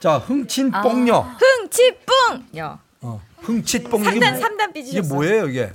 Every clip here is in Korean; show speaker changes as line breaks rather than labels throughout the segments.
자, 흥친 뽕녀.
흥치뿡! 여.
어, 흥칫 뽕녀. 이게
3단,
뭐-
삼단
이게
삐지셨어.
뭐예요, 이게?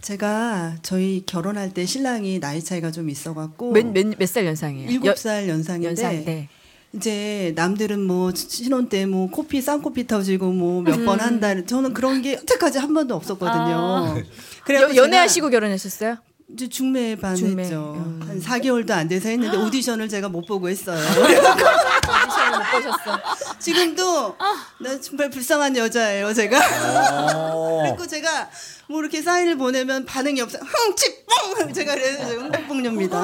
제가 저희 결혼할 때 신랑이 나이 차이가 좀 있어갖고
몇몇 살 연상이에요? 여-
7살 연상인데
연상 네. 때.
이제 남들은 뭐 신혼 때 뭐 코피 쌍코피 터지고 뭐 몇
음.
번 한다 저는 그런 게 여태까지 한 번도
아.
없었거든요. 그래갖고
여- 연애하시고 결혼하셨어요?
제가 이제 중매
중매.
반했죠.
음. 아.
한 4개월도 안 돼서 했는데 오디션을 제가 못 보고 했어요.
오디션을 못 보셨어.
지금도
아.
나 정말 불쌍한 여자예요, 제가.
어.
그리고 제가 뭐 이렇게 사인을 보내면 반응이 없어요. 흥치뽕 제가 그래서 흥뽕녀입니다.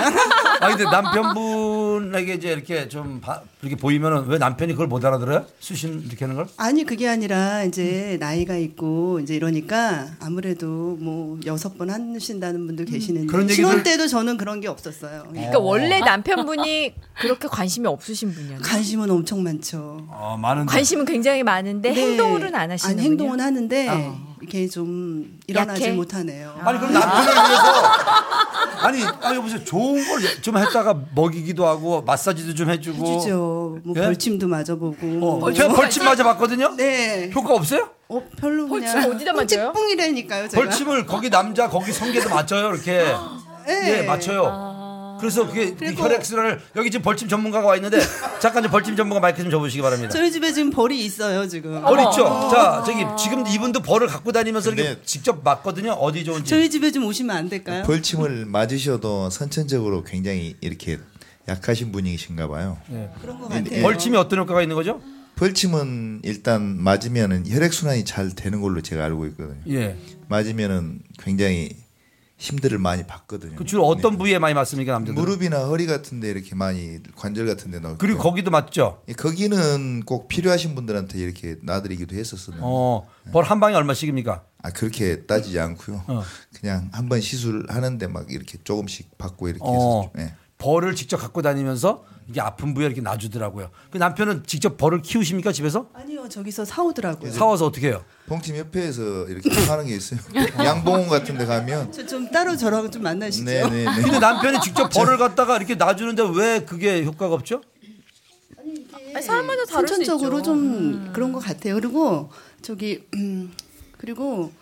아 근데 남편분에게 이제 이렇게 좀 바- 이렇게 보이면은 왜 남편이 그걸 못 알아들어요? 수신 이렇게 하는 걸?
아니 그게 아니라
음.
이제 나이가 있고 이제 이러니까 아무래도 뭐 여섯 번 하신다는 분도 계시는데
음. 그런 얘기들-
신혼 때도 저는 그런 게 없었어요.
그러니까 원래 남편분이 그렇게 관심이 없으신 분이었나?
관심은 엄청 많죠.
어, 많은
그 관심은 굉장히 많은데
네.
행동으로는 안 하시는
아니,
분이요.
행동은 하는데
어.
이게 좀 일어나지
약해?
못하네요.
아니 그럼 남편을 위해서 아니 아 여보세요 좋은 걸 좀 했다가 먹이기도 하고 마사지도 좀 해주고
해주죠. 뭐
예?
벌침도 맞아보고.
어, 제가 벌침 맞아 봤거든요.
네.
효과 없어요?
어, 별로
벌침
그냥
어디다 맞아요?
뽕이라니까요, 제가.
벌침을 거기 남자 거기 성게도 맞춰요 이렇게
예.
예 맞춰요.
아.
그래서 그게 이 혈액순환을 여기 지금 벌침 전문가가 와 있는데 잠깐 좀 벌침 전문가 마이크 좀 접으시기 바랍니다.
저희 집에 지금 벌이 있어요, 지금.
벌 있죠? 자, 저기 지금 이분도 벌을 갖고 다니면서 이렇게
네.
직접 맞거든요. 어디 좋은지.
저희 집에 좀 오시면 안 될까요?
벌침을 맞으셔도 선천적으로 굉장히 이렇게 약하신 분이신가 봐요.
그런 것 같아요.
예. 벌침이 어떤 효과가 있는 거죠?
벌침은 일단 맞으면은 혈액 순환이 잘 되는 걸로 제가 알고 있거든요.
예.
맞으면은 굉장히 힘들을 많이 받거든요.
그 주로 어떤
네.
부위에 많이 맞습니까, 남자들?
무릎이나 허리 같은데 이렇게 많이 관절 같은데 넣고
그리고 거기도 맞죠?
예, 거기는 꼭 필요하신 분들한테 이렇게 놔드리기도 했었어요.
어. 벌 한 방에 얼마씩입니까?
아 그렇게 따지지 않고요.
어.
그냥 한 번 시술하는데 막 이렇게 조금씩 받고 이렇게
어.
해서 좀, 예.
벌을 직접 갖고 다니면서 이게 아픈 부위에 이렇게 놔주더라고요. 그 남편은 직접 벌을 키우십니까, 집에서?
아니요, 저기서
네.
사오더라고요.
사와서 어떻게 해요?
봉팀 협회에서 이렇게 하는 게 있어요. 양봉원 같은데 가면
저 좀 따로 저랑 좀 만나시죠.
네네네.
근데 그 남편이 직접 벌을 갖다가 이렇게 놔주는데 왜 그게 효과가 없죠?
아니, 사람마다 다를 수 있죠. 음.
선천적으로 좀 그런 것 같아요. 그리고 저기 음, 그리고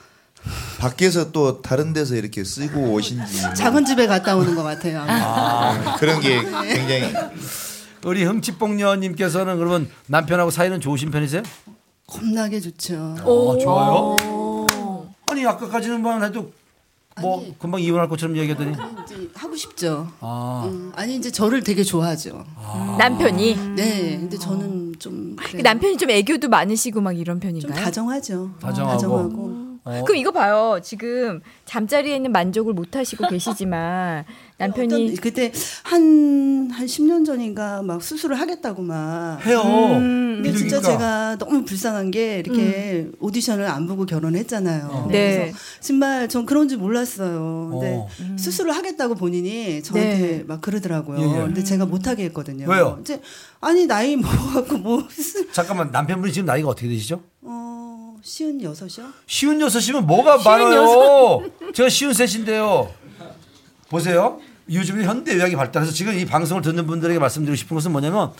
밖에서 또 다른 데서 이렇게 쓰고 오신지
작은 집에 갔다 오는 것 같아요. 아마.
그런 게 굉장히
우리 흥치뽕녀님께서는 그러면 남편하고 사이는 좋으신 편이세요?
겁나게 좋죠.
아, 좋아요? 아니 아까까지만 해도 뭐 금방 이혼할 것처럼 얘기하더니
이제 하고 싶죠.
아
음, 아니 이제 저를 되게 좋아하죠.
남편이
네, 근데 저는 좀 그래요.
음. 아, 남편이 좀 애교도 많으시고 막 이런
좀
편인가요? 음.
다정하죠.
다정하고. 어.
그럼 이거 봐요. 지금 잠자리에는 만족을 못 하시고 계시지만
어떤
남편이
그때 한한 10년 전인가 막 수술을 하겠다고 막
해요.
근데 진짜
미국이니까.
제가 너무 불쌍한 게 이렇게 오디션을 안 보고 결혼했잖아요.
음. 네. 음.
그래서 정말 전 그런 줄 몰랐어요. 근데
어.
수술을 하겠다고 본인이 저한테
네.
막 그러더라고요.
예, 예.
근데 제가 못하게 했거든요.
왜요?
이제 아니 나이 먹어갖고 뭐 수술
잠깐만 남편분이 지금 나이가 어떻게 되시죠?
어 시은 여섯이요?
쉬운 여섯이면 뭐가 많아요? 제가 쉬운 셋인데요. 보세요. 요즘에 현대 의학이 발달해서 지금 이 방송을 듣는 분들에게 말씀드리고 싶은 것은 뭐냐면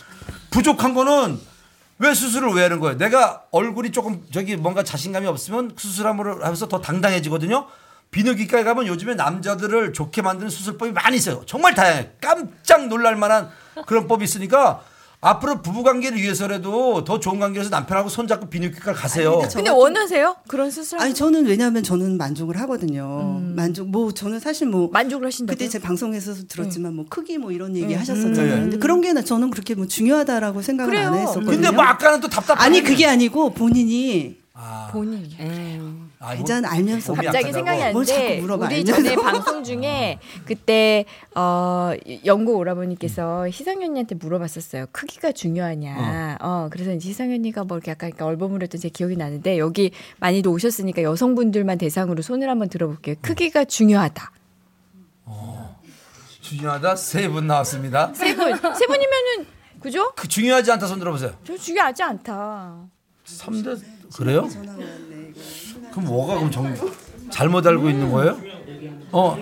부족한 거는 왜 수술을 왜 하는 거예요? 내가 얼굴이 조금 저기 뭔가 자신감이 없으면 수술함으로 하면서 더 당당해지거든요. 비뇨기과에 가면 요즘에 남자들을 좋게 만드는 수술법이 많이 있어요. 정말 다양해. 깜짝 놀랄 만한 그런 법이 있으니까 앞으로 부부 관계를 위해서라도 더 좋은 관계에서 남편하고 손잡고 비뇨기과 가세요.
아니, 근데 저-
근데 원하세요? 그런 수술
아니 저는 왜냐하면 저는 만족을 하거든요. 만족 뭐 저는 사실 뭐
음. 만족을 하신다고요? 네. 음.
그때 제 방송에서도 들었지만 뭐 크기 뭐 이런 얘기 하셨었잖아요. 근데 그런 게 나- 저는 그렇게 뭐 중요하다라고 생각을
그래요.
안 했었거든요.
음. 근데 뭐 아까는 또 답답한
아니 그게 아니고 본인이
본인.
알잔 알면서
아, 몸이
아, 갑자기
약하다고?
생각이
뭘
나는데
자꾸 물어봐,
우리
알면서.
전에 방송 중에 그때 어 영국 오라버니께서
음.
희상현이한테 물어봤었어요. 크기가 중요하냐. 어, 그래서 이제 희상현이가 뭐 이렇게 약간 이렇게 얼버무렸던 제 기억이 나는데 여기 많이도 오셨으니까 여성분들만 대상으로 손을 한번 들어볼게요.
음.
크기가 중요하다.
중요하다 세 분 나왔습니다.
세 분, 세 분이면은 그죠?
그 중요하지 않다 손 들어보세요.
저 중요하지 않다.
3대 그래요? 그럼 뭐가 그럼 정 잘못 알고 있는 거예요? 어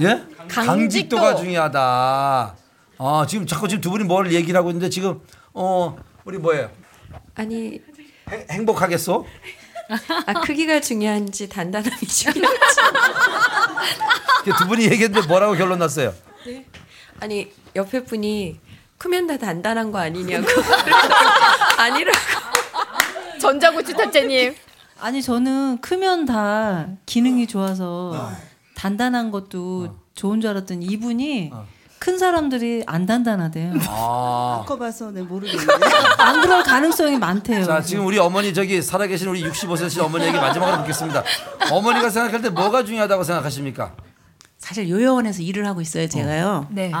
예?
강직도.
강직도가 중요하다. 아 지금 자꾸 지금 두 분이 뭘 얘기를 하고 있는데 지금 어 우리 뭐예요?
아니
행- 행복하겠소?
아 크기가 중요한지 단단함이 중요한지
이게 두 분이 얘기했는데 뭐라고 결론 났어요?
아니 옆에 분이 크면 다 단단한 거 아니냐고 아니라고
전자고추 탑재님.
아니 저는 크면 다 기능이 좋아서 단단한 것도 좋은 줄 알았더니 이분이 큰 사람들이 안 단단하대요.
아.
바꿔봐서 내 모르겠네.
안 그럴 가능성이 많대요.
음.
자, 지금 우리 어머니 저기 살아계신 우리 65cm 어머니 얘기 마지막으로 묻겠습니다. 어머니가 생각할 때 뭐가 중요하다고 생각하십니까?
사실 요양원에서 일을 하고 있어요 제가요. 아.
네.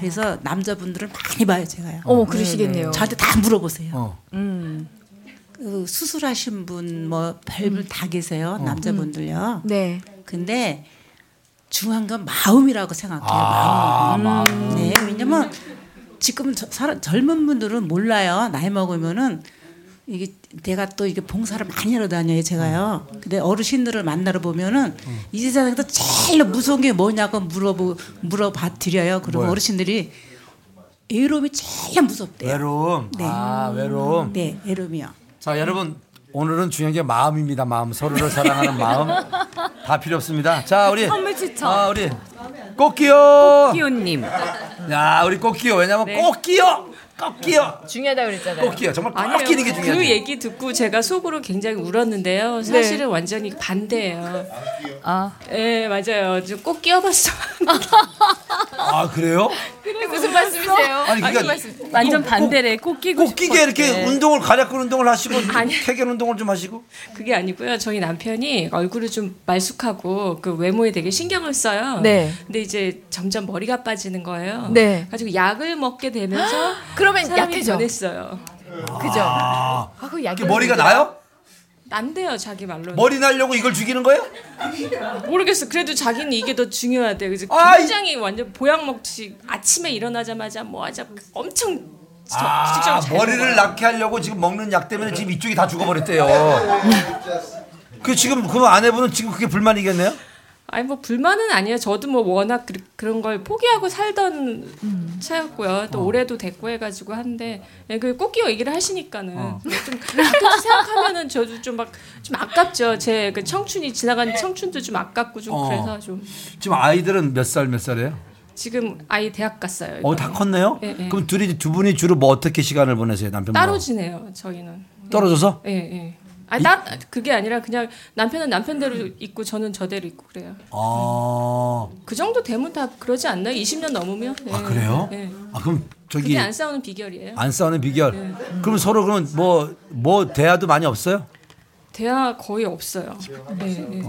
그래서 남자분들을 많이 봐요 제가요.
어, 그러시겠네요.
저한테 다 물어보세요.
어.
그 수술하신 분 뭐
음.
별분 다 계세요 남자분들요.
네.
근데 중요한 건 마음이라고 생각해요. 마음. 네, 왜냐면 지금 저- 사람- 젊은 분들은 몰라요. 나이 먹으면은 이게 내가 또 이게 봉사를 많이 하러 다녀요 제가요. 근데 어르신들을 만나러 보면은 이 세상에서 제일 무서운 게 뭐냐고 물어보 물어봐 드려요. 그리고
뭐요?
어르신들이 외로움이 제일 무섭대요.
외로움.
네.
아, 외로움.
네, 외로움이요.
자, 여러분. 오늘은 중요한 게 마음입니다. 마음. 서로를 사랑하는 마음. 다 필요 없습니다. 자, 우리.
선물 추첨.
아, 우리. 꽃기요.
기호님.
야, 우리 꽃기요. 왜냐면 꽃기요. 꽃기요.
중요하다 그랬잖아요.
꽃기요. 정말
아니에요.
꽃끼는 게 중요해요.
그 얘기 듣고 제가 속으로 굉장히
네.
울었는데요. 사실은 완전히 반대예요. 아, 예, 맞아요. 저 꼭 끼어봤어.
아, 그래요?
무슨 말씀이세요?
아니, 그러니까
완전
꼭-
반대래. 꼭 끼고
꼭 끼게 이렇게 운동을 가략근 운동을 하시고
아니.
태견 운동을 좀 하시고
그게 아니고요. 저희 남편이 얼굴을 좀 말쑥하고 그 외모에 되게 신경을 써요.
네.
근데 이제 점점 머리가 빠지는 거예요.
네.
가지고 약을 먹게 되면서
그러면
사람이
약해져.
변했어요.
그죠? 아, 그 약이
이게 머리가 나요?
안 돼요, 자기 말로는.
머리 날려고 이걸 죽이는 거예요?
모르겠어. 그래도 자기는 이게 더 중요하대. 그래서
아,
굉장히 완전 보약 먹듯이 아침에 일어나자마자 뭐 하자 엄청 저-
아
직접 잘
머리를
먹어요.
낫게 하려고 지금 먹는 약 때문에 지금 이쪽이 다 죽어버렸대요. 그 지금 그 아내분은 지금 그게 불만이겠네요?
아니 뭐 불만은 아니에요. 저도 뭐 워낙 그, 런걸 포기하고 살던
음.
차였고요.
어.
또 올해도 됐고 해가지고 한데 예, 그 꽃기어 얘기를 하시니까는 좀 그렇게 생각하면은 저도 좀 막 좀 아깝죠. 제 그 청춘이 지나간 청춘도 좀 아깝고 좀
어.
그래서 좀
지금 아이들은 몇 살 몇 살이에요?
지금 아이 대학 갔어요.
어 다 컸네요.
예, 예.
그럼 둘이 두 분이 주로 뭐 어떻게 시간을 보내세요 남편분?
따로 지내요. 저희는.
떨어져서?
예 예. 아니 따, 그게 아니라 그냥 남편은 남편대로 있고 저는 저대로 있고 그래요.
아,
그 정도 되면 다 그러지 않나요? 20년 넘으면? 예.
아 그래요?
예.
아 그럼 저기
그게 안 예. 싸우는 비결이에요.
안 싸우는 비결. 그럼 서로 그럼 뭐 뭐 대화도 많이 없어요?
대화 거의 없어요. 네, 네.